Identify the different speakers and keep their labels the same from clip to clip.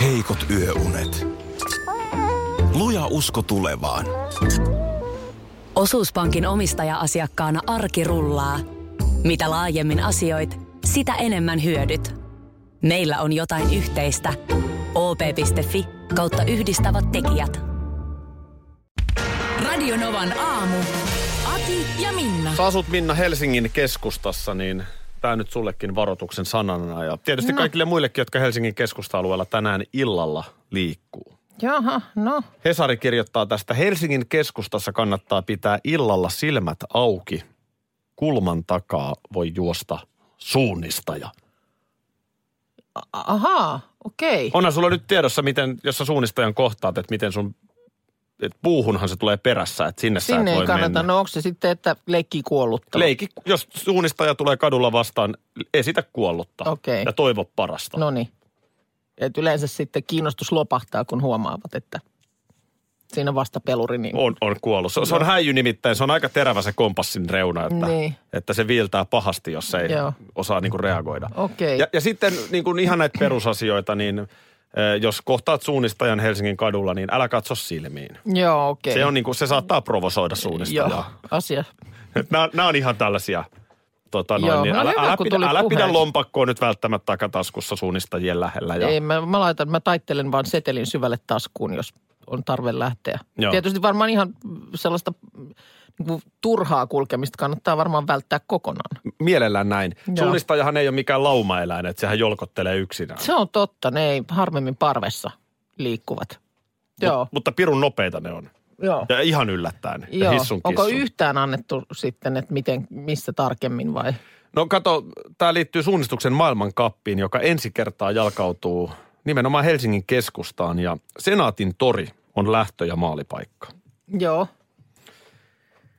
Speaker 1: heikot yöunet. Luja usko tulevaan.
Speaker 2: Osuuspankin omistaja-asiakkaana arki rullaa. Mitä laajemmin asioit, sitä enemmän hyödyt. Meillä on jotain yhteistä. op.fi kautta yhdistävät tekijät. Radionovan aamu. Ati ja Minna.
Speaker 3: Sä asut Minna Helsingin keskustassa, niin tämä nyt sullekin varoituksen sanana. Ja tietysti no. kaikille muillekin, jotka Helsingin keskusta-alueella tänään illalla liikkuu.
Speaker 4: Jaha, no.
Speaker 3: Hesari kirjoittaa tästä, Helsingin keskustassa kannattaa pitää illalla silmät auki. Kulman takaa voi juosta suunnistaja.
Speaker 4: Ahaa, okei.
Speaker 3: Onhan sulla nyt tiedossa, miten, jos sä suunnistajan kohtaat, että miten sun, että puuhunhan se tulee perässä, että sinne, sä
Speaker 4: Sinne
Speaker 3: et voi
Speaker 4: ei kannata.
Speaker 3: mennä.
Speaker 4: No onko se sitten, että leikki kuollutta?
Speaker 3: Leiki, jos suunnistaja tulee kadulla vastaan, esitä kuollutta
Speaker 4: Okei.
Speaker 3: ja toivo parasta.
Speaker 4: No niin. Et yleensä sitten kiinnostus lopahtaa, kun huomaavat, että siinä on vasta peluri. Niin...
Speaker 3: On, on kuollut. Se, se on häijy nimittäin, se on aika terävä se kompassin reuna, että,
Speaker 4: Niin.
Speaker 3: että se viiltää pahasti, jos ei
Speaker 4: Joo.
Speaker 3: osaa niinku reagoida.
Speaker 4: Okei.
Speaker 3: Ja, ja sitten niinku ihan näitä perusasioita, niin eh, jos kohtaat suunnistajan Helsingin kadulla, niin älä katso silmiin.
Speaker 4: Joo, okei.
Speaker 3: Se, on niinku, se saattaa provosoida
Speaker 4: Joo,
Speaker 3: suunnistajaa.
Speaker 4: asia.
Speaker 3: Nämä on ihan tällaisia. Tota noin,
Speaker 4: Joo,
Speaker 3: niin
Speaker 4: no
Speaker 3: älä,
Speaker 4: hyvä,
Speaker 3: älä,
Speaker 4: kun
Speaker 3: pidä,
Speaker 4: tuli
Speaker 3: älä pidä
Speaker 4: puheeksi.
Speaker 3: lompakkoa nyt välttämättä takataskussa suunnistajien lähellä. Ja,
Speaker 4: Ei, mä, mä laitan, mä taittelen vaan setelin syvälle taskuun, jos on tarve lähteä.
Speaker 3: Joo.
Speaker 4: Tietysti varmaan ihan sellaista niin kuin, turhaa kulkemista kannattaa varmaan välttää kokonaan.
Speaker 3: mielellään näin.
Speaker 4: Joo.
Speaker 3: Suunnistajahan ei ole mikään laumaeläin, että sehän jolkottelee yksinään.
Speaker 4: Se on totta, ne ei harvemmin parvessa liikkuvat. Joo,
Speaker 3: Mut, mutta pirun nopeita ne on.
Speaker 4: joo.
Speaker 3: Ja ihan yllättäen. Ja
Speaker 4: joo.
Speaker 3: hissun
Speaker 4: Onko
Speaker 3: kissun.
Speaker 4: yhtään annettu sitten, että miten, missä tarkemmin vai?
Speaker 3: No kato, tämä liittyy suunnistuksen maailmankappiin, joka ensi kertaa jalkautuu nimenomaan Helsingin keskustaan. Ja Senaatin tori on lähtö- ja maalipaikka.
Speaker 4: Joo,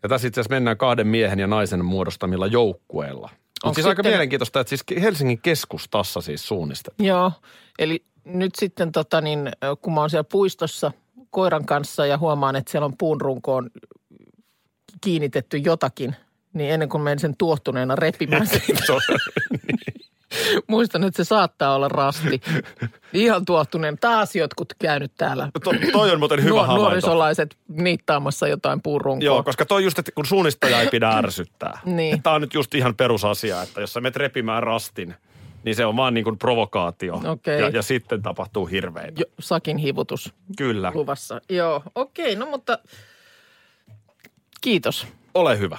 Speaker 3: Ja tässä itse asiassa mennään kahden miehen ja naisen muodostamilla joukkueilla. Mutta
Speaker 4: Onko
Speaker 3: siis aika
Speaker 4: sitten-
Speaker 3: mielenkiintoista, että siis Helsingin keskustassa siis suunnistetaan.
Speaker 4: joo. Eli nyt sitten tota niin, kun mä oon siellä puistossa koiran kanssa ja huomaan, että siellä on puun runkoon kiinnitetty jotakin, niin ennen kuin menen sen tuohtuneena repimään siitä,
Speaker 3: Niin, Se on-
Speaker 4: muistan, että se saattaa olla rasti. Ihan tuohtuneen. Taas jotkut käynyt täällä
Speaker 3: to, toi on muuten hyvä
Speaker 4: Nuor-
Speaker 3: havainto.
Speaker 4: nuorisolaiset niittaamassa jotain puurunkoa.
Speaker 3: Joo, koska toi just, että kun suunnistaja ei pidä ärsyttää.
Speaker 4: Niin.
Speaker 3: Tämä on nyt just ihan perusasia, että jos sä menet repimään rastin, niin se on vaan niin kuin provokaatio.
Speaker 4: Okei.
Speaker 3: Ja, ja sitten tapahtuu hirveitä.
Speaker 4: Jo, sakin hivutus
Speaker 3: Kyllä.
Speaker 4: luvassa. Joo, okei, no mutta kiitos.
Speaker 3: Ole hyvä.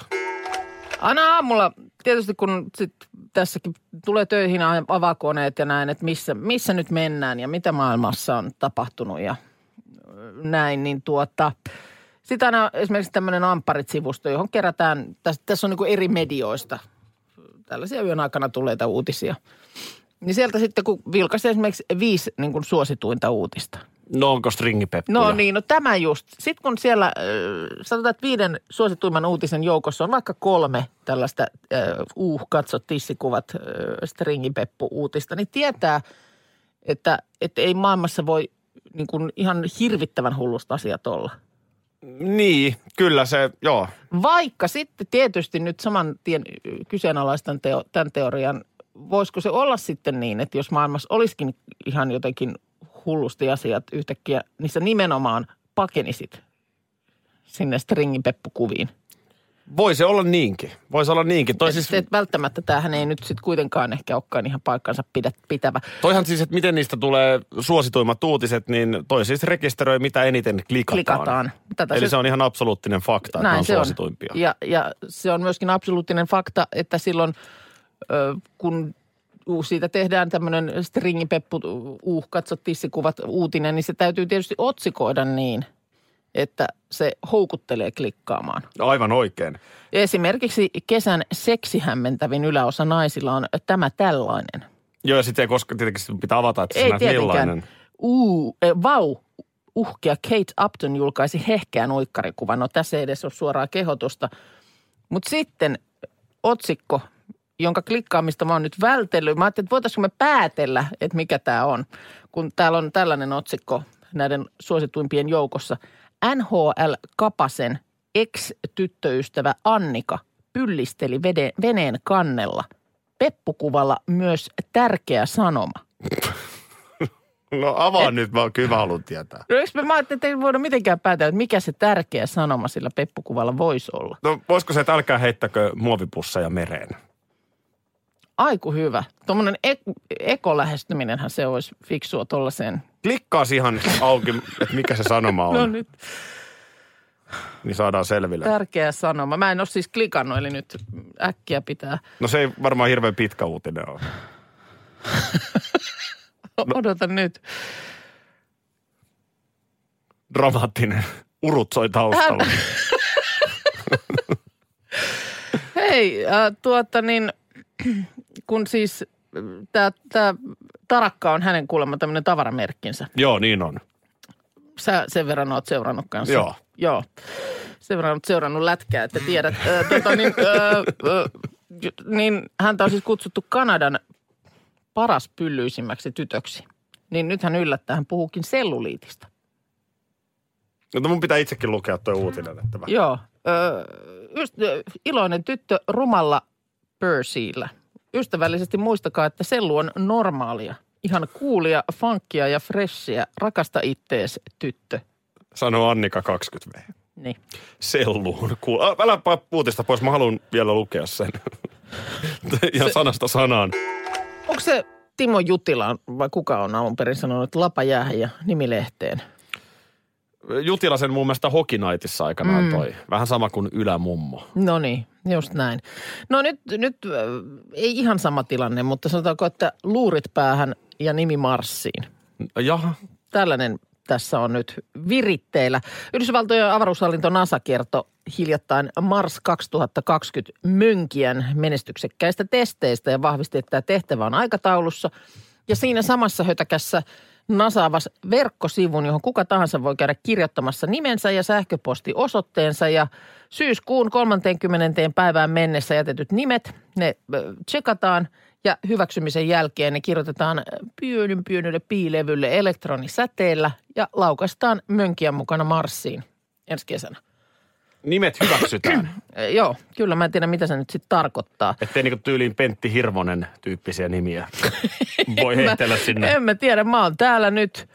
Speaker 4: Aina aamulla, tietysti kun sit tässäkin tulee töihin a- avakoneet ja näin, että missä, missä nyt mennään ja mitä maailmassa on tapahtunut ja ö, näin, niin tuota, sitä aina esimerkiksi tämmöinen Amparit-sivusto, johon kerätään, tässä, tässä on niin kuin eri medioista tällaisia yön aikana tulleita uutisia. Niin sieltä sitten, kun vilkaisi esimerkiksi viisi niin kuin suosituinta uutista,
Speaker 3: No onko stringipeppuja?
Speaker 4: No niin, no tämä just. Sitten kun siellä, äh, sanotaan, että viiden suosituimman uutisen joukossa on vaikka kolme tällaista äh, uh, katso tissikuvat äh, stringipeppu-uutista, niin tietää, että, että ei maailmassa voi niin kuin ihan hirvittävän hullusta asiat olla.
Speaker 3: Niin, kyllä se, joo.
Speaker 4: Vaikka sitten tietysti nyt saman tien äh, kyseenalaistan teo, tämän teorian, voisiko se olla sitten niin, että jos maailmassa olisikin ihan jotenkin hullusti asiat yhtäkkiä, niin sä nimenomaan pakenisit sinne stringipeppukuviin.
Speaker 3: Voi se olla niinkin. Voi se olla niinkin. Toi
Speaker 4: Et,
Speaker 3: siis,
Speaker 4: et välttämättä tämähän ei nyt sitten kuitenkaan ehkä olekaan ihan paikkansa pidä, pitävä.
Speaker 3: toihan siis, että miten niistä tulee suosituimmat uutiset, niin toi siis rekisteröi mitä eniten klikataan.
Speaker 4: Klikataan. Tätä
Speaker 3: Eli se on ihan absoluuttinen fakta, että ne on suosituimpia.
Speaker 4: Ja, ja se on myöskin absoluuttinen fakta, että silloin ö, kun u- siitä tehdään tämmöinen stringipeppu, uh, katso tissikuvat uutinen, niin se täytyy tietysti otsikoida niin, että se houkuttelee klikkaamaan.
Speaker 3: Aivan oikein.
Speaker 4: Esimerkiksi kesän seksihämmentävin yläosa naisilla on tämä tällainen.
Speaker 3: Joo, ja sitten ei koskaan tietenkin sit pitää avata, että
Speaker 4: Ei
Speaker 3: sinä
Speaker 4: tietenkään.
Speaker 3: millainen.
Speaker 4: Uu, eh, vau, uhkia Kate Upton julkaisi hehkeän uikkarikuvan. No tässä ei edes ole suoraa kehotusta. Mutta sitten otsikko, jonka klikkaamista mä oon nyt vältellyt. Mä ajattelin, että voitaisiinko me päätellä, että mikä tämä on, kun täällä on tällainen otsikko näiden suosituimpien joukossa. NHL Kapasen ex-tyttöystävä Annika pyllisteli vede- veneen kannella. Peppukuvalla myös tärkeä sanoma.
Speaker 3: No avaa nyt, mä kyllä mä haluan tietää.
Speaker 4: No eikö me, mä ajattelin, että ei voida mitenkään päätellä, että mikä se tärkeä sanoma sillä peppukuvalla voisi olla.
Speaker 3: No voisiko se, että älkää heittäkö muovipusseja mereen?
Speaker 4: Aiku hyvä. Tuommoinen ek- ekolähestyminenhän se olisi fiksua tuollaiseen.
Speaker 3: Klikkaa ihan auki, että mikä se sanoma on,
Speaker 4: No nyt
Speaker 3: niin saadaan selville.
Speaker 4: tärkeä sanoma. Mä en ole siis klikannut, eli nyt äkkiä pitää.
Speaker 3: No se ei varmaan hirveän pitkä uutinen ole.
Speaker 4: Odota nyt.
Speaker 3: Dramaattinen. Urut soi taustalla.
Speaker 4: Hei, äh, tuota niin, kun siis tämä tää tarakka on hänen kuulemma tämmöinen tavaramerkkinsä.
Speaker 3: Joo, niin on.
Speaker 4: Sä sen verran oot seurannut kanssa.
Speaker 3: Joo.
Speaker 4: Joo. Sen verran oot seurannut lätkää, että tiedät. Ö, tota, niin, ö, ö, j- niin häntä on siis kutsuttu Kanadan paras pyllyisimmäksi tytöksi. Niin nyt hän yllättää, hän puhuukin selluliitista.
Speaker 3: Mutta No, mun pitää itsekin lukea toi uutinen. Että mä...
Speaker 4: Joo. Ö, yst, ö, iloinen tyttö rumalla Percyllä. Ystävällisesti muistakaa, että sellu on normaalia. Ihan kuulia, funkia ja freshia. Rakasta ittees, tyttö.
Speaker 3: Sanoo Annika 20 V.
Speaker 4: Niin.
Speaker 3: Selluun. Kuul... Ä, Älä paa puutista pois, mä haluan vielä lukea sen. Ihan sanasta sanaan.
Speaker 4: Onko se Timo Jutila vai kuka on alun perin sanonut, että lapa jäähän ja nimilehteen?
Speaker 5: Jutila sen muun muassa Hokinaitissa aikanaan mm. toi. Vähän sama kuin Ylämummo.
Speaker 4: No niin, just näin. No nyt, nyt ö, ei ihan sama tilanne, mutta sanotaanko, että luurit päähän ja nimi marssiin.
Speaker 5: Jaha.
Speaker 4: tällainen tässä on nyt viritteillä. Yhdysvaltojen avaruushallinto NASA kertoi hiljattain Mars 2020 mönkien menestyksekkäistä testeistä ja vahvisti, että tämä tehtävä on aikataulussa. Ja siinä samassa hötäkässä NASA avasi verkkosivun, johon kuka tahansa voi käydä kirjoittamassa nimensä ja sähköpostiosoitteensa. Ja syyskuun 30. päivään mennessä jätetyt nimet, ne ö, tsekataan ja hyväksymisen jälkeen ne kirjoitetaan pienyn pienelle piilevylle elektronisäteellä ja laukastaan mönkijän mukana Marsiin ensi kesänä.
Speaker 5: Nimet hyväksytään.
Speaker 4: Ö, Joo, kyllä mä en tiedä mitä se nyt sitten tarkoittaa.
Speaker 3: Ettei niinku tyyliin Pentti Hirvonen tyyppisiä nimiä voi heitellä sinne.
Speaker 4: En mä tiedä, mä oon täällä nyt.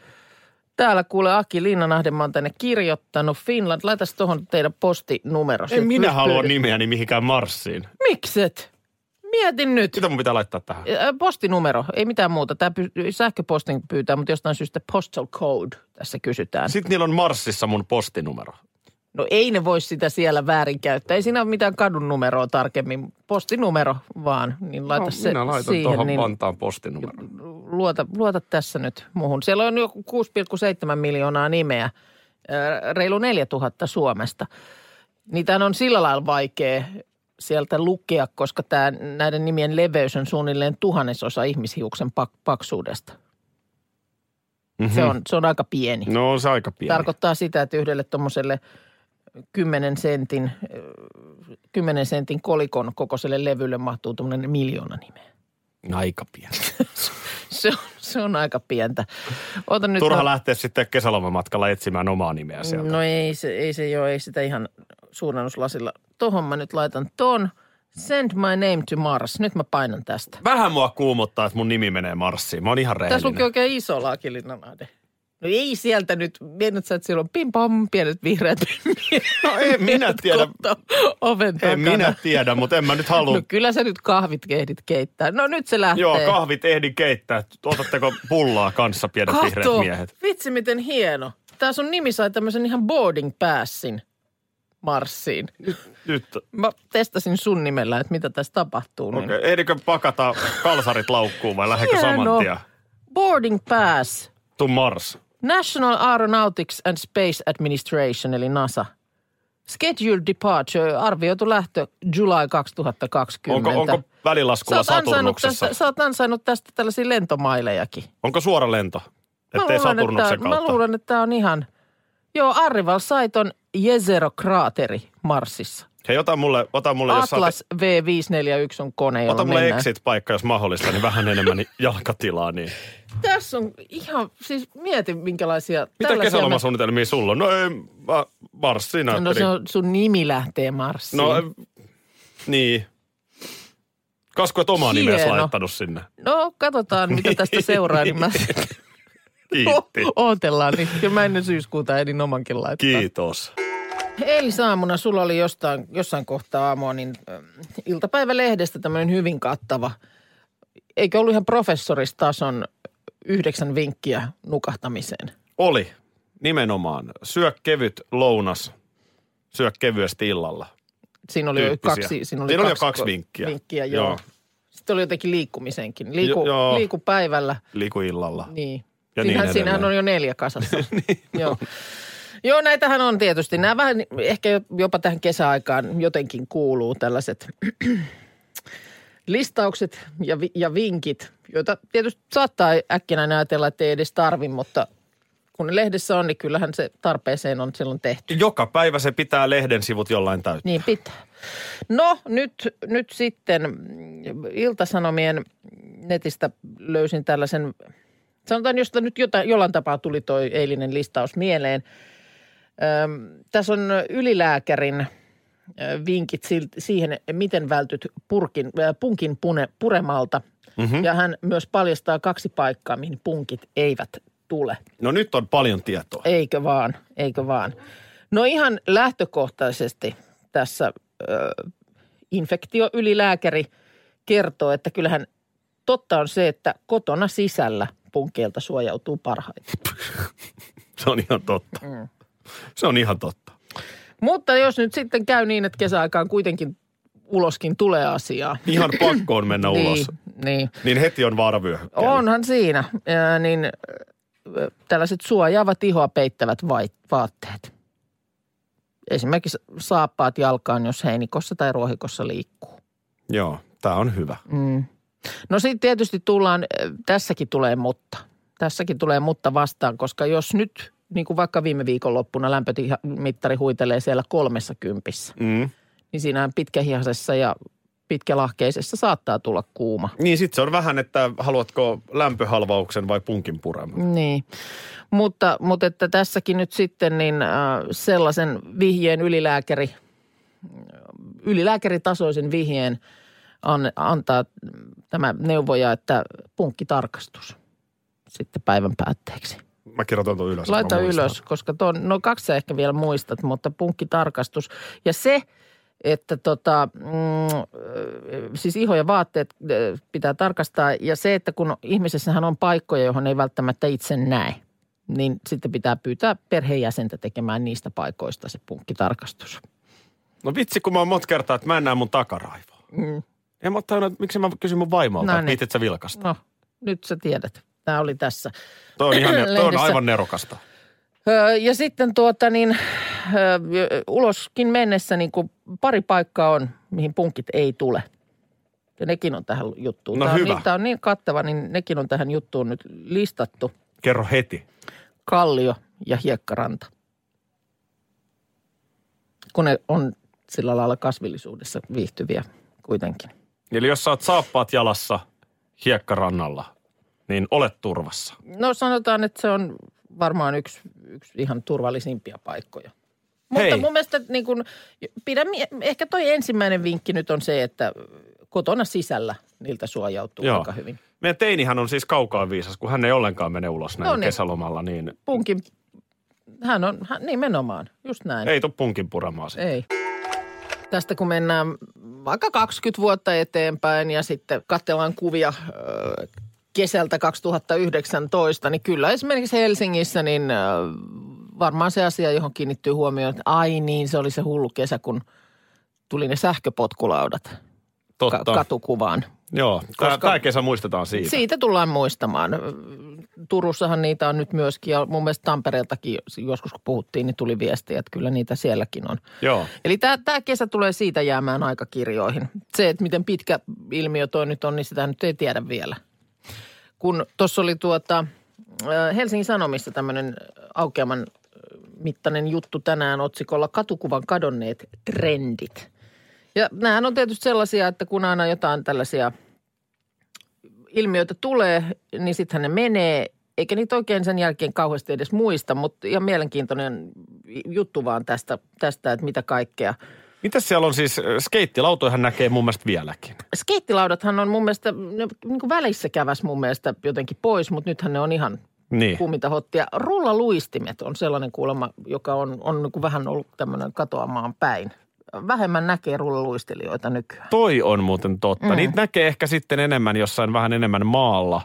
Speaker 4: Täällä kuule Aki Linnanahden, mä oon tänne kirjoittanut. Finland, laitas tuohon teidän postinumerosi.
Speaker 3: En minä
Speaker 4: Pyst-
Speaker 3: halua
Speaker 4: pyydä-
Speaker 3: nimeäni mihinkään Marsiin.
Speaker 4: Mikset? Mietin nyt.
Speaker 3: Mitä mun pitää laittaa tähän?
Speaker 4: Ö, Postinumero, ei mitään muuta. Tämä py- sähköpostin pyytää, mutta jostain syystä postal code tässä kysytään.
Speaker 3: Sitten niillä on Marsissa mun postinumero.
Speaker 4: No ei ne voi sitä siellä väärinkäyttää. Ei siinä ole mitään kadun numeroa tarkemmin. Postinumero vaan, niin laita
Speaker 3: No,
Speaker 4: se
Speaker 3: minä laitan
Speaker 4: siihen,
Speaker 3: tuohon
Speaker 4: niin
Speaker 3: Vantaan postinumero.
Speaker 4: luota, luota tässä nyt muuhun. Siellä on joku 6,7 miljoonaa nimeä, ö, reilu 4000 Suomesta. Niitä on sillä lailla vaikea sieltä lukea, koska tämä, näiden nimien leveys on suunnilleen tuhannesosa ihmishiuksen pak- paksuudesta. Mm-hmm.
Speaker 3: Mhm.
Speaker 4: Se, on, se on aika pieni.
Speaker 3: No on se aika pieni.
Speaker 4: Tarkoittaa sitä, että yhdelle tuommoiselle 10 sentin, ö, 10 sentin kolikon kokoiselle levylle mahtuu tuommoinen miljoona nimeä.
Speaker 3: aika pieni.
Speaker 4: Se on, se on aika pientä. Ota nyt
Speaker 3: Turha
Speaker 4: mä-
Speaker 3: lähteä sitten kesälomamatkalla etsimään omaa nimeä sieltä.
Speaker 4: No ei se, ei se joo, ei sitä ihan suunnannuslasilla. Tohon mä nyt laitan ton. Send my name to Mars. Nyt mä painan tästä.
Speaker 3: Vähän mua kuumottaa, että mun nimi menee Marsiin. Mä oon ihan
Speaker 4: Tässä
Speaker 3: rehellinen.
Speaker 4: lukee oikein iso laakilinnanade. No ei sieltä nyt. Mietit sä, että siellä on pim pam, pienet vihreät.
Speaker 3: No en minä tiedä.
Speaker 4: kohta Oven takana.
Speaker 3: En minä tiedä, mutta en mä nyt halua.
Speaker 4: No kyllä sä nyt kahvit kehdit keittää. No nyt se lähtee.
Speaker 3: Joo, kahvit ehdin keittää. Otatteko pullaa kanssa pienet vihreät miehet?
Speaker 4: Vitsi, miten hieno. Tää sun nimi sai tämmöisen ihan boarding passin Marsiin.
Speaker 3: Nyt.
Speaker 4: Mä testasin sun nimellä, että mitä tässä tapahtuu.
Speaker 3: Okei,
Speaker 4: niin-
Speaker 3: okay. ehdikö pakata kalsarit laukkuun vai lähdekö saman
Speaker 4: Hieno.
Speaker 3: tien?
Speaker 4: Boarding pass.
Speaker 3: Tuu Mars.
Speaker 4: National Aeronautics and Space Administration, eli NASA. Scheduled departure, arvioitu lähtö July 2020.
Speaker 3: Onko, onko
Speaker 4: sä
Speaker 3: välilaskulla
Speaker 4: oot, ansainnut
Speaker 3: Saturnuksessa?
Speaker 4: tästä, sä oot ansainnut tästä tällaisia lentomailejakin.
Speaker 3: Onko suora lento? Ettei Saturnuksen
Speaker 4: että, mä
Speaker 3: kautta.
Speaker 4: luulen, että tämä on ihan... Joo, Arrival sait on Jezero-kraateri Marsissa.
Speaker 3: Hei, ota mulle, ota mulle, No, jos saat,
Speaker 4: Atlas V541 on kone, jolla
Speaker 3: ota mulle
Speaker 4: mennään.
Speaker 3: exit-paikka, jos mahdollista, niin vähän enemmän niin jalkatilaa. Niin.
Speaker 4: Tässä on ihan, siis mieti minkälaisia...
Speaker 3: Mitä
Speaker 4: tällaisia me-
Speaker 3: kesälomasuunnitelmia sulla on? No ei, mä, Marsiin
Speaker 4: No
Speaker 3: ajattelin.
Speaker 4: se on, sun nimi lähtee Marsiin.
Speaker 3: No, eh, niin. Kasku, et omaa nimeä
Speaker 4: Hieno.
Speaker 3: laittanut sinne.
Speaker 4: No, katsotaan, mitä tästä seuraa. niin mä...
Speaker 6: Kiitti.
Speaker 4: Ootellaan, niin kyllä mä ennen syyskuuta edin omankin laittaa.
Speaker 6: Kiitos.
Speaker 4: Eilisaamuna sulla oli jostain, jossain kohtaa aamua, niin ö, iltapäivälehdestä tämmöinen hyvin kattava, eikä ollut ihan professoristason yhdeksän vinkkiä nukahtamiseen.
Speaker 3: Oli, nimenomaan. Syö kevyt lounas, syö kevyesti illalla.
Speaker 4: Siinä oli jo
Speaker 3: Tyyppisiä.
Speaker 4: kaksi, siinä oli
Speaker 3: Siinä oli jo
Speaker 4: kaksi,
Speaker 3: kaksi
Speaker 4: ko-
Speaker 3: vinkkiä.
Speaker 4: vinkkiä joo.
Speaker 3: Joo.
Speaker 4: joo. Sitten oli jotenkin liikkumiseenkin. Liiku,
Speaker 3: Jo- joo.
Speaker 4: liiku päivällä,
Speaker 3: Liiku illalla.
Speaker 4: niin.
Speaker 3: Ja
Speaker 4: Ja
Speaker 3: niin
Speaker 4: Siinähän,
Speaker 3: edelleen.
Speaker 4: siinähän on jo neljä kasassa. niin, joo. joo, näitähän on tietysti. Nämä vähän ehkä jopa tähän kesäaikaan jotenkin kuuluu tällaiset listaukset ja, vi- ja vinkit, joita tietysti saattaa äkkinä ajatella, että ei edes tarvi, mutta kun ne lehdessä on, niin kyllähän se tarpeeseen on silloin tehty.
Speaker 3: Joka päivä se pitää lehden sivut jollain täyttä.
Speaker 4: Niin pitää. No nyt, nyt sitten mm, Iltasanomien netistä löysin tällaisen, sanotaan josta nyt jotain, jollain tapaa tuli toi eilinen listaus mieleen. Öm, tässä on ylilääkärin ö, vinkit sil- siihen, miten vältyt purkin, ö, punkin pune, puremalta. Mm-hmm. Ja hän myös paljastaa kaksi paikkaa, mihin punkit eivät tule.
Speaker 3: No nyt on paljon tietoa.
Speaker 4: Eikö vaan, eikö vaan. No ihan lähtökohtaisesti tässä ö, infektioylilääkäri kertoo, että kyllähän totta on se, että kotona sisällä punkeilta suojautuu parhaiten.
Speaker 6: Se on ihan totta.
Speaker 4: Mm.
Speaker 6: Se on ihan totta.
Speaker 4: Mutta jos nyt sitten käy niin, että kesäaikaan kuitenkin uloskin tulee asiaa.
Speaker 6: Ihan pakko on mennä ulos.
Speaker 4: Niin, niin.
Speaker 6: Niin heti on vaaravyöhykkeellä.
Speaker 4: Onhan siinä, ö, niin ö, tällaiset suojaavat ihoa peittävät vai- vaatteet. Esimerkiksi saappaat jalkaan, jos heinikossa tai ruohikossa liikkuu.
Speaker 6: Joo, tää on hyvä.
Speaker 4: Mm. No sitten tietysti tullaan, ö, tässäkin tulee mutta. Tässäkin tulee mutta vastaan, koska jos nyt, niin kuin vaikka viime viikonloppuna lämpömittari huitelee siellä kolmessa kympissä,
Speaker 6: Mm.
Speaker 4: niin siinä pitkähihaisessa ja pitkälahkeisessa saattaa tulla kuuma.
Speaker 6: Niin sit se on vähän, että haluatko lämpöhalvauksen vai punkin pureman.
Speaker 4: Niin, mutta, mutta että tässäkin nyt sitten niin äh, sellaisen vihjeen ylilääkäri, ylilääkäritasoisen vihjeen an, antaa tämä neuvoja, että punkkitarkastus sitten päivän päätteeksi.
Speaker 6: Mä kirjoitan tuon ylös.
Speaker 4: Laita
Speaker 6: mä muistan.
Speaker 4: ylös, koska tuon, no kaksi sä ehkä vielä muistat, mutta punkkitarkastus. Ja se, että tota, mm, ö, siis iho ja vaatteet ö, pitää tarkastaa ja se, että kun ihmisessähän on paikkoja, johon ei välttämättä itse näe, niin sitten pitää pyytää perheenjäsentä tekemään niistä paikoista se punkkitarkastus.
Speaker 3: No vitsi, kun mä oon monta kertaa, että mä en näe mun takaraivoa.
Speaker 4: Mm.
Speaker 3: En mä ottanut, että miksi mä kysyn mun vaimolta,
Speaker 4: No
Speaker 3: no niin.
Speaker 4: niin.
Speaker 3: viitit sä vilkasta.
Speaker 4: No, nyt sä tiedät. Tämä oli tässä.
Speaker 3: Toi on, ihan, toi on
Speaker 4: Lehdessä.
Speaker 3: aivan nerokasta.
Speaker 4: Öö, Ja sitten tuota niin, öö, uloskin mennessä niin kuin pari paikkaa on, mihin punkit ei tule. Ja nekin on tähän juttuun.
Speaker 3: No
Speaker 4: tämä,
Speaker 3: hyvä.
Speaker 4: On, niin- tämä on niin kattava, niin nekin on tähän juttuun nyt listattu.
Speaker 3: Kerro heti.
Speaker 4: Kallio ja hiekkaranta. Kun ne on sillä lailla kasvillisuudessa viihtyviä kuitenkin.
Speaker 3: Eli jos sä oot saappaat jalassa hiekkarannalla, niin olet turvassa.
Speaker 4: No sanotaan, että se on varmaan yksi, yksi ihan turvallisimpia paikkoja. Mutta
Speaker 3: Hei.
Speaker 4: mun mielestä niin kun, pidän, mie- ehkä toi ensimmäinen vinkki nyt on se, että kotona sisällä niiltä suojautuu
Speaker 3: Joo.
Speaker 4: Joo. aika hyvin.
Speaker 3: Meidän teinihän on siis kaukaa viisas, kun hän ei ollenkaan mene ulos näin
Speaker 4: No niin.
Speaker 3: kesälomalla, niin
Speaker 4: Punkin, hän on hän, nimenomaan, just näin.
Speaker 3: ei tuu punkin puramaan sitä.
Speaker 4: Ei. Tästä kun mennään vaikka 20 vuotta eteenpäin ja sitten katsellaan kuvia ö, kesältä 2019, niin kyllä esimerkiksi Helsingissä niin ö, varmaan se asia, johon kiinnittyy huomioon, että ai niin, se oli se hullu kesä, kun tuli ne sähköpotkulaudat ka-
Speaker 3: Totta.
Speaker 4: katukuvaan.
Speaker 3: Joo, koska...
Speaker 4: Koska-
Speaker 3: tämä kesä muistetaan siitä. Si-
Speaker 4: Siitä tullaan muistamaan. Turussahan niitä on nyt myöskin ja mun mielestä Tampereeltakin joskus kun puhuttiin, niin tuli viestiä, että kyllä niitä sielläkin on.
Speaker 3: Joo.
Speaker 4: Eli tämä kesä tulee siitä jäämään aikakirjoihin. Se, että miten pitkä ilmiö toi nyt on, niin sitä nyt ei tiedä vielä. Kun tuossa oli tuota, ö, Helsingin Sanomissa tämmöinen aukeaman ö, mittainen juttu tänään otsikolla Katukuvan kadonneet trendit. Ja nämähän on tietysti sellaisia, että kun aina jotain tällaisia ilmiöitä tulee, niin sittenhän ne menee, eikä niitä oikein sen jälkeen kauheasti edes muista, mutta ihan mielenkiintoinen juttu vaan tästä, tästä että mitä kaikkea.
Speaker 3: Mitäs siellä on siis, äh, skeittilautojahan näkee mun mielestä vieläkin.
Speaker 4: niinku Skeittilaudathan on mun mielestä, ne niin kuin välissä käväs mun mielestä jotenkin pois, mutta nythän ne on ihan
Speaker 3: Niin.
Speaker 4: kuuminta hottia. Rullaluistimet on sellainen kuulemma, joka on, on niin kuin vähän ollut tämmöinen katoamaan päin. Vähemmän näkee rullaluistelijoita nykyään.
Speaker 3: Toi on muuten totta. Mm.
Speaker 4: Mm.
Speaker 3: Niitä näkee ehkä sitten enemmän jossain vähän enemmän maalla,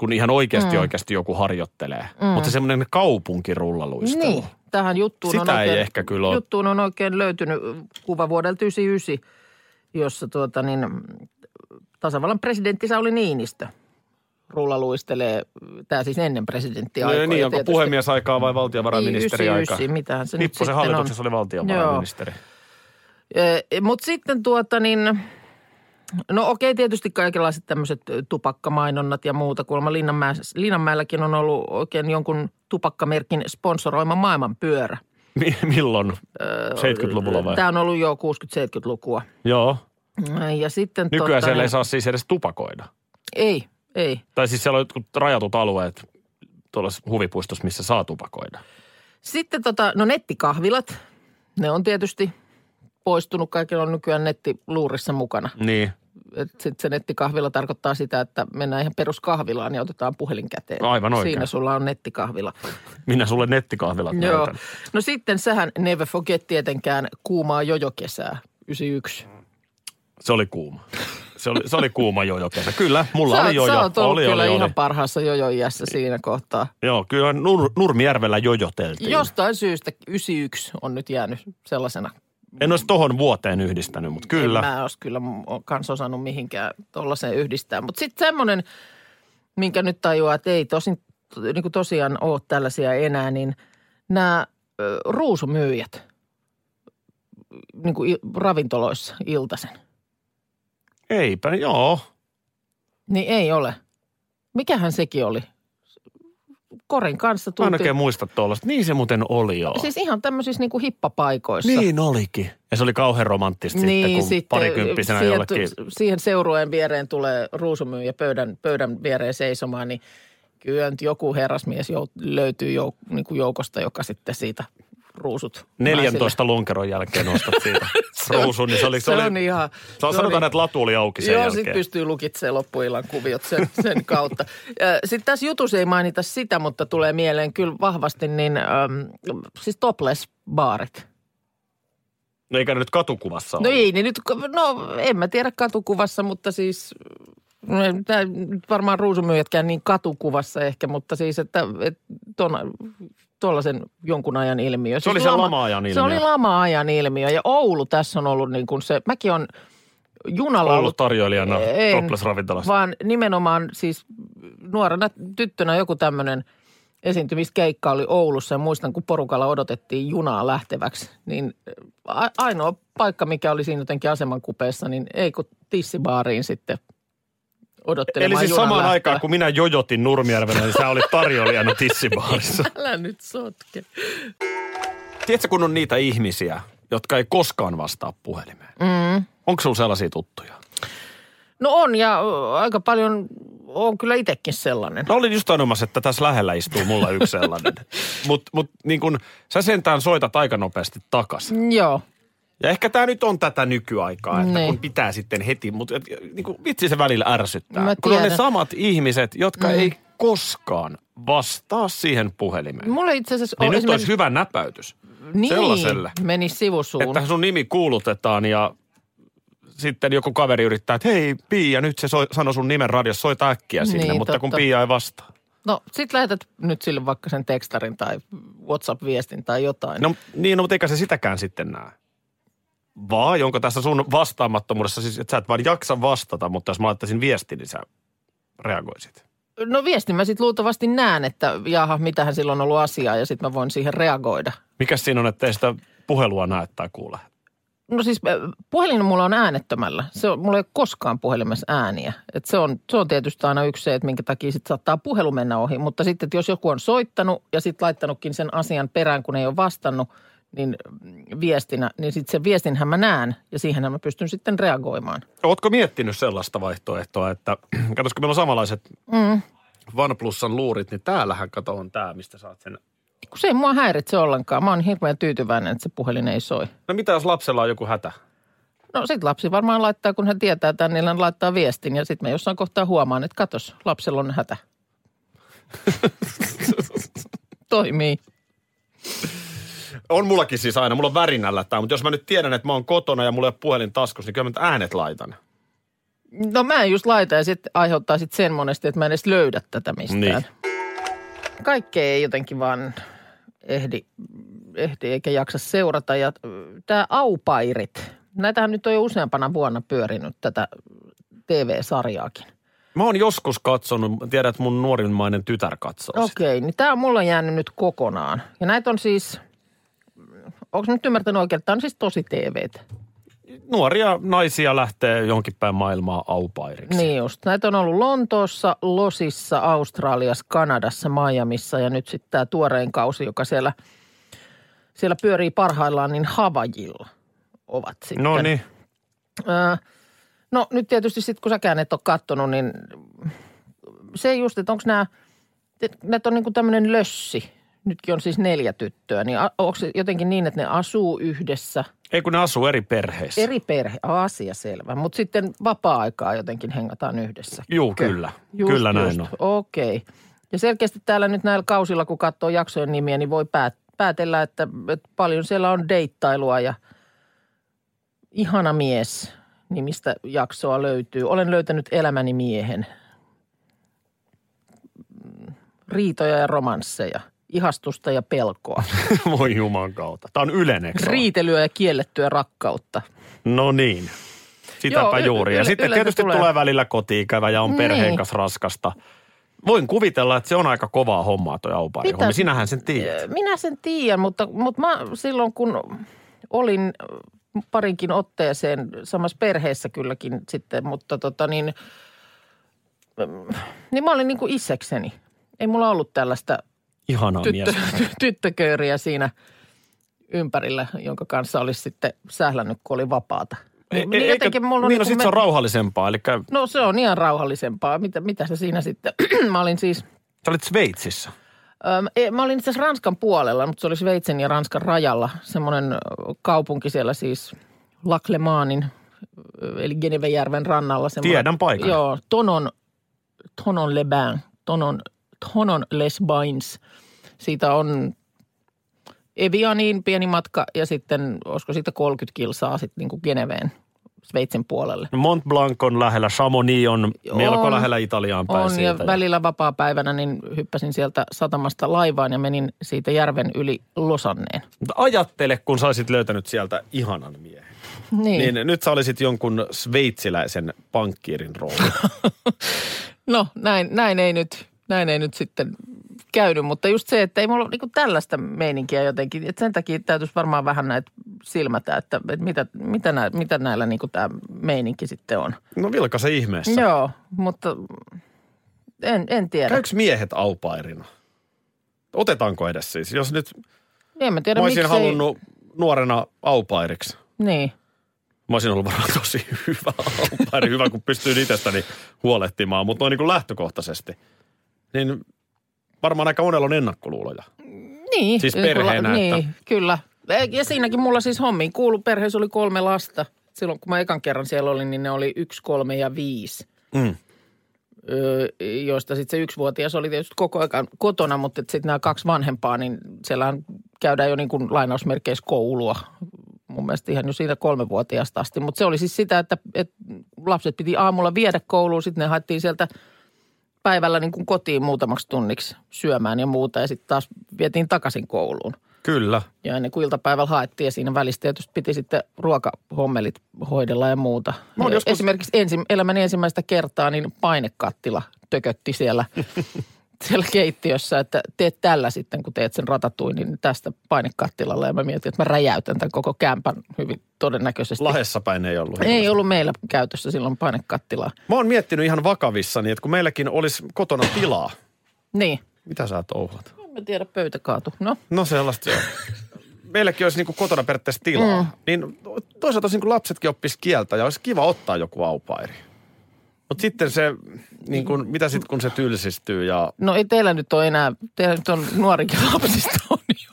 Speaker 3: kun ihan oikeasti mm. oikeasti joku harjoittelee. Mm. Mutta semmoinen kaupunkirullaluistelu.
Speaker 4: Niin, tähän juttuun on
Speaker 3: Sitä ei
Speaker 4: oikein,
Speaker 3: ehkä kyllä ole.
Speaker 4: juttuun on oikein löytynyt kuva vuodelta 99, jossa tuota niin, tasavallan presidentti Sauli Niinistö rullaluistelee, tämä siis ennen
Speaker 3: No
Speaker 4: presidenttiaikoja
Speaker 3: niin, niin, onko
Speaker 4: tietysti.
Speaker 3: puhemiesaikaa vai valtiovarainministeri
Speaker 4: Niin,
Speaker 3: aika?
Speaker 4: 99, mitähän se nyt
Speaker 3: Lipposen
Speaker 4: sitten
Speaker 3: hallituksessa
Speaker 4: on.
Speaker 3: oli valtiovarainministeri.
Speaker 4: Mutta e, sitten tuota niin, no okei tietysti kaikenlaiset tämmöiset tupakkamainonnat ja muuta. Kuulemma Linnanmäessä, Linnanmäelläkin on ollut oikein jonkun tupakkamerkin sponsoroima maailman pyörä.
Speaker 3: Mi- milloin? 70-luvulla vai?
Speaker 4: Tämä on ollut jo 60-70-lukua.
Speaker 3: Joo.
Speaker 4: Ja sitten
Speaker 3: Nykyään
Speaker 4: tota,
Speaker 3: siellä ei saa siis edes tupakoida.
Speaker 4: Ei, ei.
Speaker 3: Tai siis siellä on jotkut rajatut alueet tuollaisessa huvipuistossa, missä saa tupakoida.
Speaker 4: Sitten tota, no nettikahvilat, ne on tietysti poistunut. Kaikilla on nykyään nettiluurissa mukana.
Speaker 3: Niin.
Speaker 4: Sitten se nettikahvila tarkoittaa sitä, että mennään ihan peruskahvilaan ja otetaan puhelin käteen.
Speaker 3: Aivan oikein.
Speaker 4: Siinä sulla on nettikahvila.
Speaker 3: Minä sulle nettikahvilat
Speaker 4: Joo.
Speaker 3: näytän.
Speaker 4: No sitten sähän Never Forget tietenkään kuumaa jojokesää 91.
Speaker 3: Se oli kuuma. Se oli, se oli kuuma jojo kesä. Kyllä, mulla
Speaker 4: Sä,
Speaker 3: oli
Speaker 4: oot-
Speaker 3: jojo.
Speaker 4: sä oot ollut
Speaker 3: oli,
Speaker 4: kyllä
Speaker 3: oli, Niin.
Speaker 4: ihan
Speaker 3: oli.
Speaker 4: parhaassa jojoiässä siinä kohtaa.
Speaker 3: Joo, kyllä Nur, Nurmijärvellä jojoteltiin.
Speaker 4: Jostain syystä 91 on nyt jäänyt sellaisena.
Speaker 3: En olisi tohon vuoteen yhdistänyt, mutta kyllä.
Speaker 4: En mä olisi kyllä kans osannut mihinkään tuollaiseen yhdistää. Mutta sitten semmoinen, minkä nyt tajuaa, että ei tosin, niin kuin tosiaan ole tällaisia enää, niin nämä ö, ruusumyyjät niin kuin ravintoloissa iltaisen,
Speaker 3: Eipä, joo.
Speaker 4: niin ei ole. Mikähän sekin oli? Korin kanssa
Speaker 3: Mä en
Speaker 4: tultiin.
Speaker 3: oikein muista tuollaista. Niin se muuten oli joo.
Speaker 4: Siis ihan tämmöisissä niin kuin hippapaikoissa.
Speaker 3: Niin olikin. Ja se oli kauhean romanttista niin, sitten, kun sitten, parikymppisenä
Speaker 4: siihen,
Speaker 3: jollekin.
Speaker 4: Siihen seurueen viereen tulee ruusumyyjä pöydän, pöydän viereen seisomaan, niin kyllä nyt joku herrasmies jou, löytyy jou, niin kuin joukosta, joka sitten siitä ruusut.
Speaker 3: 14 lonkeron jälkeen nostat siitä
Speaker 4: on-
Speaker 3: ruusun, niin se oli,
Speaker 4: naisille.
Speaker 3: se oli,
Speaker 4: on ihan...
Speaker 3: se on,
Speaker 4: se on
Speaker 3: sanotaan,
Speaker 4: ihan-
Speaker 3: että latu oli auki sen
Speaker 4: Joo,
Speaker 3: jälkeen.
Speaker 4: sitten pystyy lukitsemaan loppuillan kuviot sen, sen kautta. Sitten tässä jutussa ei mainita sitä, mutta tulee mieleen kyllä vahvasti, niin äm, siis topless-baarit.
Speaker 3: No eikä ne nyt katukuvassa
Speaker 4: No
Speaker 3: ole.
Speaker 4: ei, niin nyt, no en mä tiedä katukuvassa, mutta siis, no ei tää nyt varmaan ruusumyyjätkään niin katukuvassa ehkä, mutta siis, että et, ton, tuollaisen jonkun ajan ilmiö.
Speaker 3: Se oli
Speaker 4: siis
Speaker 3: se lama-ajan ilmiö.
Speaker 4: Se oli lama-ajan ilmiö ja Oulu tässä on ollut niin kuin se, mäkin on junalla
Speaker 3: ollut
Speaker 4: ollut,
Speaker 3: tarjoilijana
Speaker 4: En.
Speaker 3: No, topless-ravintolassa.
Speaker 4: vaan nimenomaan siis nuorena tyttönä joku tämmöinen esiintymiskeikka oli Oulussa ja muistan, kun porukalla odotettiin junaa lähteväksi, niin a- ainoa paikka, mikä oli siinä jotenkin aseman kupeessa, niin ei kun tissibaariin sitten
Speaker 3: Eli
Speaker 4: odottelemaan
Speaker 3: siis
Speaker 4: junan
Speaker 3: samaan
Speaker 4: lähtöä.
Speaker 3: aikaan, kun minä jojotin Nurmijärvellä, niin sä olit tarjoilijana tissibaarissa.
Speaker 4: Älä nyt sotke.
Speaker 3: Tiedätkö, kun on niitä ihmisiä, jotka ei koskaan vastaa puhelimeen? Mm. Onko sulla sellaisia tuttuja?
Speaker 4: No on ja ö, aika paljon on kyllä itsekin sellainen.
Speaker 3: No olin just sanomassa, että tässä lähellä istuu mulla yksi sellainen. Mutta mut, niin kun, sä sentään soitat aika nopeasti takas.
Speaker 4: Joo.
Speaker 3: Ja ehkä tämä nyt on tätä nykyaikaa, että
Speaker 4: Niin.
Speaker 3: kun pitää sitten heti, mutta niin kuin, vitsi se välillä ärsyttää.
Speaker 4: Mä
Speaker 3: kun on ne
Speaker 4: tiedän.
Speaker 3: samat ihmiset, jotka mm. ei koskaan vastaa siihen puhelimeen.
Speaker 4: Mulle itse asiassa
Speaker 3: Niin
Speaker 4: on
Speaker 3: nyt olisi
Speaker 4: esimerkiksi...
Speaker 3: hyvä näpäytys
Speaker 4: niin,
Speaker 3: sellaiselle.
Speaker 4: meni sivusuun.
Speaker 3: Että sun nimi kuulutetaan ja sitten joku kaveri yrittää, että hei Pia, nyt se soi, sanoi sun nimen radiossa, soita äkkiä sinne,
Speaker 4: Niin,
Speaker 3: mutta kun
Speaker 4: totta.
Speaker 3: Pia ei vastaa.
Speaker 4: No sit lähetät nyt sille vaikka sen tekstarin tai WhatsApp-viestin tai jotain.
Speaker 3: No niin, no, mutta eikä se sitäkään sitten näe. Vai onko tässä sun vastaamattomuudessa, siis että sä et vaan jaksa vastata, mutta jos mä laittaisin viestin, niin sä reagoisit.
Speaker 4: no viestin mä sit luultavasti näen, että jaha, mitähän silloin on ollut asiaa ja sit mä voin siihen reagoida.
Speaker 3: Mikäs siinä on, että ei sitä puhelua näe tai kuule?
Speaker 4: No siis äh, puhelin mulla on äänettömällä. Se on, mulla ei ole koskaan puhelimessa ääniä. Et se, on, se on tietysti aina yksi se, että minkä takia sit saattaa puhelu mennä ohi. Mutta sitten, että jos joku on soittanut ja sitten laittanutkin sen asian perään, kun ei ole vastannut, niin mm, viestinä, niin sitten sen viestinhän mä näen ja siihenhän mä pystyn sitten reagoimaan.
Speaker 3: Ootko miettinyt sellaista vaihtoehtoa, että katsosko meillä on samanlaiset
Speaker 4: Mm.
Speaker 3: OnePlusan luurit, niin täällähän kato on tää, mistä saat sen.
Speaker 4: Kun se ei mua häiritse ollenkaan. Mä oon hirveän tyytyväinen, että se puhelin ei soi.
Speaker 3: No mitä jos lapsella on joku hätä?
Speaker 4: No sit lapsi varmaan laittaa, kun hän tietää tämän, niin hän laittaa viestin. Ja sitten mä jossain kohtaa huomaan, että katos, lapsella on hätä. Toimii.
Speaker 3: On mullakin siis aina, mulla on värinällä tämä, mutta jos mä nyt tiedän, että mä oon kotona ja mulla ei ole puhelin taskussa, niin kyllä mä nyt äänet laitan.
Speaker 4: No mä en just laita ja sitten aiheuttaa sit sen monesti, että mä en edes löydä tätä mistään.
Speaker 3: Niin.
Speaker 4: Niin. Kaikkea ei jotenkin vaan ehdi, ehdi eikä jaksa seurata. Ja tämä aupairit, näitähän nyt on jo useampana vuonna pyörinyt tätä TV-sarjaakin.
Speaker 3: Mä oon joskus katsonut, tiedät, että mun nuorimmainen tytär katsoo okay.
Speaker 4: Okei, niin tämä on mulla jäänyt nyt kokonaan. Ja näitä on siis, onko nyt ymmärtänyt oikein, että tämä on siis tosi TVtä?
Speaker 3: Nuoria naisia lähtee jonkin päin maailmaa aupairiksi.
Speaker 4: Niin just. Näitä on ollut Lontoossa, Losissa, Australiassa, Kanadassa, Miamiissa ja nyt sitten tämä tuorein kausi, joka siellä, siellä pyörii parhaillaan, niin Havajilla ovat sitten.
Speaker 3: No niin.
Speaker 4: Öö, no nyt tietysti sitten, kun säkään et ole kattonut, niin se just, että onko nämä, näitä on niinku tämmöinen lössi. Nytkin on siis neljä tyttöä, niin onko se jotenkin niin, että ne asuu yhdessä?
Speaker 3: Ei kun ne asuu eri perheissä.
Speaker 4: Eri perhe, asia selvä, mutta sitten vapaa-aikaa jotenkin hengataan yhdessä.
Speaker 3: Juu, kyllä. Just, kyllä näin on.
Speaker 4: Okei. Ja selkeästi täällä nyt näillä kausilla, kun katsoo jaksojen nimiä, niin voi päät- päätellä, että, että paljon siellä on deittailua ja ihana mies nimistä jaksoa löytyy. Olen löytänyt elämäni miehen. Mm, Riitoja ja romansseja, ihastusta ja pelkoa,
Speaker 3: Voi juman kautta. Tämä on Ylen, eikö se ole?
Speaker 4: riitelyä ja kiellettyä rakkautta.
Speaker 3: No niin. Sitäpä
Speaker 4: Joo, y-
Speaker 3: juuri. Ja
Speaker 4: yle-
Speaker 3: sitten
Speaker 4: yle-
Speaker 3: tietysti
Speaker 4: tulee.
Speaker 3: tulee. tulee välillä kotiikävä ja on perheen
Speaker 4: Niin.
Speaker 3: kanssa raskasta. Voin kuvitella, että se on aika kovaa hommaa toi aupari
Speaker 4: Mitä-
Speaker 3: homma. Sinähän sen tiedät.
Speaker 4: Minä sen tiedän, mutta, mutta mä silloin kun olin parinkin otteeseen samassa perheessä kylläkin sitten, mutta tota niin, mm, niin mä olin niin kuin isekseni. Ei mulla ollut tällaista
Speaker 3: Ihanaa
Speaker 4: tyttö,
Speaker 3: mies.
Speaker 4: tyttököyriä siinä ympärillä, jonka kanssa olisi sitten sählännyt, kun oli vapaata.
Speaker 3: E-
Speaker 4: Niin
Speaker 3: e- eikö-
Speaker 4: jotenkin mulla on
Speaker 3: niin, no
Speaker 4: niinku
Speaker 3: sit
Speaker 4: men-
Speaker 3: se on rauhallisempaa. Eli
Speaker 4: No se on ihan rauhallisempaa. Mitä, mitä se siinä sitten? mä olin siis –
Speaker 3: sä olit Sveitsissä.
Speaker 4: Öm, ei, Mä olin itse asiassa Ranskan puolella, mutta se oli Sveitsin ja Ranskan rajalla. Semmoinen ö, kaupunki siellä siis Laklemanin, eli Genevejärven rannalla. semmoinen-
Speaker 3: Tiedän paikan.
Speaker 4: Joo, Tonon, Tonon Le Bain, Tonon, Tonon Les Bains. Siitä on Evianiin pieni matka ja sitten olisiko siitä 30 kilsaa sitten niin kuin Geneveen Sveitsin puolelle.
Speaker 3: No Mont Blanc on lähellä, Chamonix on melko
Speaker 4: On.
Speaker 3: lähellä Italiaan päin
Speaker 4: On
Speaker 3: No, siitä.
Speaker 4: ja välillä vapaa-päivänä niin hyppäsin sieltä satamasta laivaan ja menin siitä järven yli Losanneen.
Speaker 3: Mutta Ajattele, kun sä olisit löytänyt sieltä ihanan miehen.
Speaker 4: Niin.
Speaker 3: Niin,
Speaker 4: niin.
Speaker 3: niin nyt sä olisit jonkun sveitsiläisen pankkiirin rooli.
Speaker 4: No näin, näin, ei nyt, näin ei nyt sitten käynyt, mutta just se, että ei mulla ole niinku tällaista meininkiä jotenkin. Et sen takia täytyisi varmaan vähän näitä silmätä, että, että mitä, mitä, nä, mitä näillä niinku tämä meininki sitten on.
Speaker 3: No vilkaise ihmeessä.
Speaker 4: Joo, mutta en, en tiedä.
Speaker 3: Käykö miehet aupairina? Otetaanko edes siis? Jos nyt
Speaker 4: En mä tiedä,
Speaker 3: mä olisin
Speaker 4: miksei.
Speaker 3: halunnut nuorena aupairiksi.
Speaker 4: Niin.
Speaker 3: Mä olisin ollut varmaan tosi hyvä aupairi, hyvä kun pystyy itsestäni huolehtimaan, mutta noin niin kuin lähtökohtaisesti. Niin varmaan aika monella on ennakkoluuloja.
Speaker 4: Niin.
Speaker 3: Siis
Speaker 4: Kyllä,
Speaker 3: perheenä,
Speaker 4: Niin,
Speaker 3: että-
Speaker 4: kyllä. E- Ja siinäkin mulla siis hommiin kuulu. Perheessä oli kolme lasta. Silloin kun mä ekan kerran siellä olin, niin ne oli yksi, kolme ja viisi.
Speaker 3: Mm.
Speaker 4: Öö, joista sitten se yksivuotias oli tietysti koko ajan kotona, mutta sitten nämä kaksi vanhempaa, niin siellähän käydään jo niin kuin lainausmerkeissä koulua. Mun mielestä ihan jo siitä kolmevuotiaasta asti. Mutta se oli siis sitä, että, että lapset piti aamulla viedä kouluun, sitten ne haettiin sieltä päivällä niin kuin kotiin muutamaksi tunniksi syömään ja muuta ja sitten taas vietiin takaisin kouluun.
Speaker 3: Kyllä.
Speaker 4: Ja ennen kuin iltapäivällä haettiin ja siinä välissä tietysti piti sitten ruokahommelit hoidella ja muuta.
Speaker 3: Mä oon joskus-
Speaker 4: Esimerkiksi ensi, elämäni ensimmäistä kertaa niin painekattila tökötti siellä, siellä keittiössä, että teet tällä sitten, kun teet sen ratatuin, niin tästä painekattilalla. Ja mä mietin, että mä räjäytän tämän koko kämpän hyvin todennäköisesti.
Speaker 3: Lahessa päin ei ollut.
Speaker 4: Ei ollut meillä käytössä silloin painekattilaa.
Speaker 3: Mä oon miettinyt ihan vakavissani, että kun meilläkin olisi kotona tilaa.
Speaker 4: Niin.
Speaker 3: Mitä sä touhuat?
Speaker 4: En mä tiedä, pöytä kaatu. No,
Speaker 3: No sellaista se on. Meilläkin olisi niin kuin kotona periaatteessa tilaa. Mm. Niin toisaalta olisi niin kuin lapsetkin oppisi kieltä ja olisi kiva ottaa joku aupairi. Mutta sitten se, niin kuin, mitä sitten kun se tylsistyy ja
Speaker 4: no ei teillä nyt ole enää, teillä nyt on nuorinkin lapsista on jo.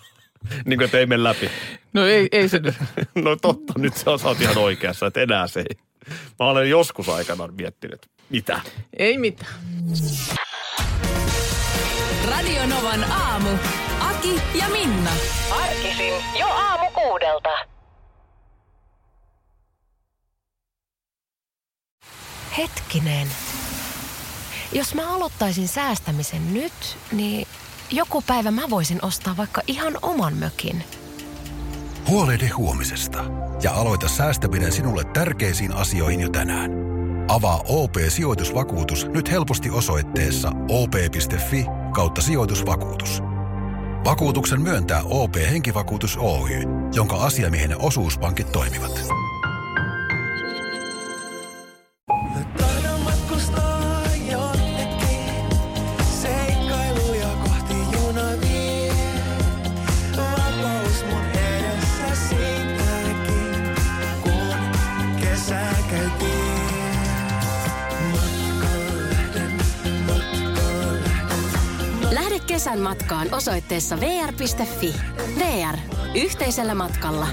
Speaker 3: niin kuin, että ei mene läpi.
Speaker 4: No ei, ei se nyt.
Speaker 3: No totta, nyt sä oot ihan oikeassa, että enää se ei. Mä olen joskus aikanaan miettinyt, mitä.
Speaker 4: Ei mitään.
Speaker 7: Radio Novan aamu. Aki ja Minna.
Speaker 8: Arkisin jo aamu kuudelta.
Speaker 9: Hetkinen. Jos mä aloittaisin säästämisen nyt, niin joku päivä mä voisin ostaa vaikka ihan oman mökin.
Speaker 1: Huolehdi huomisesta ja aloita säästäminen sinulle tärkeisiin asioihin jo tänään. Avaa OP-sijoitusvakuutus nyt helposti osoitteessa op.fi kautta sijoitusvakuutus. Vakuutuksen myöntää OP-henkivakuutus Oy, jonka asiamiehen osuuspankit toimivat.
Speaker 10: Lähde kesän matkaan osoitteessa vr.fi. VR. Yhteisellä matkalla.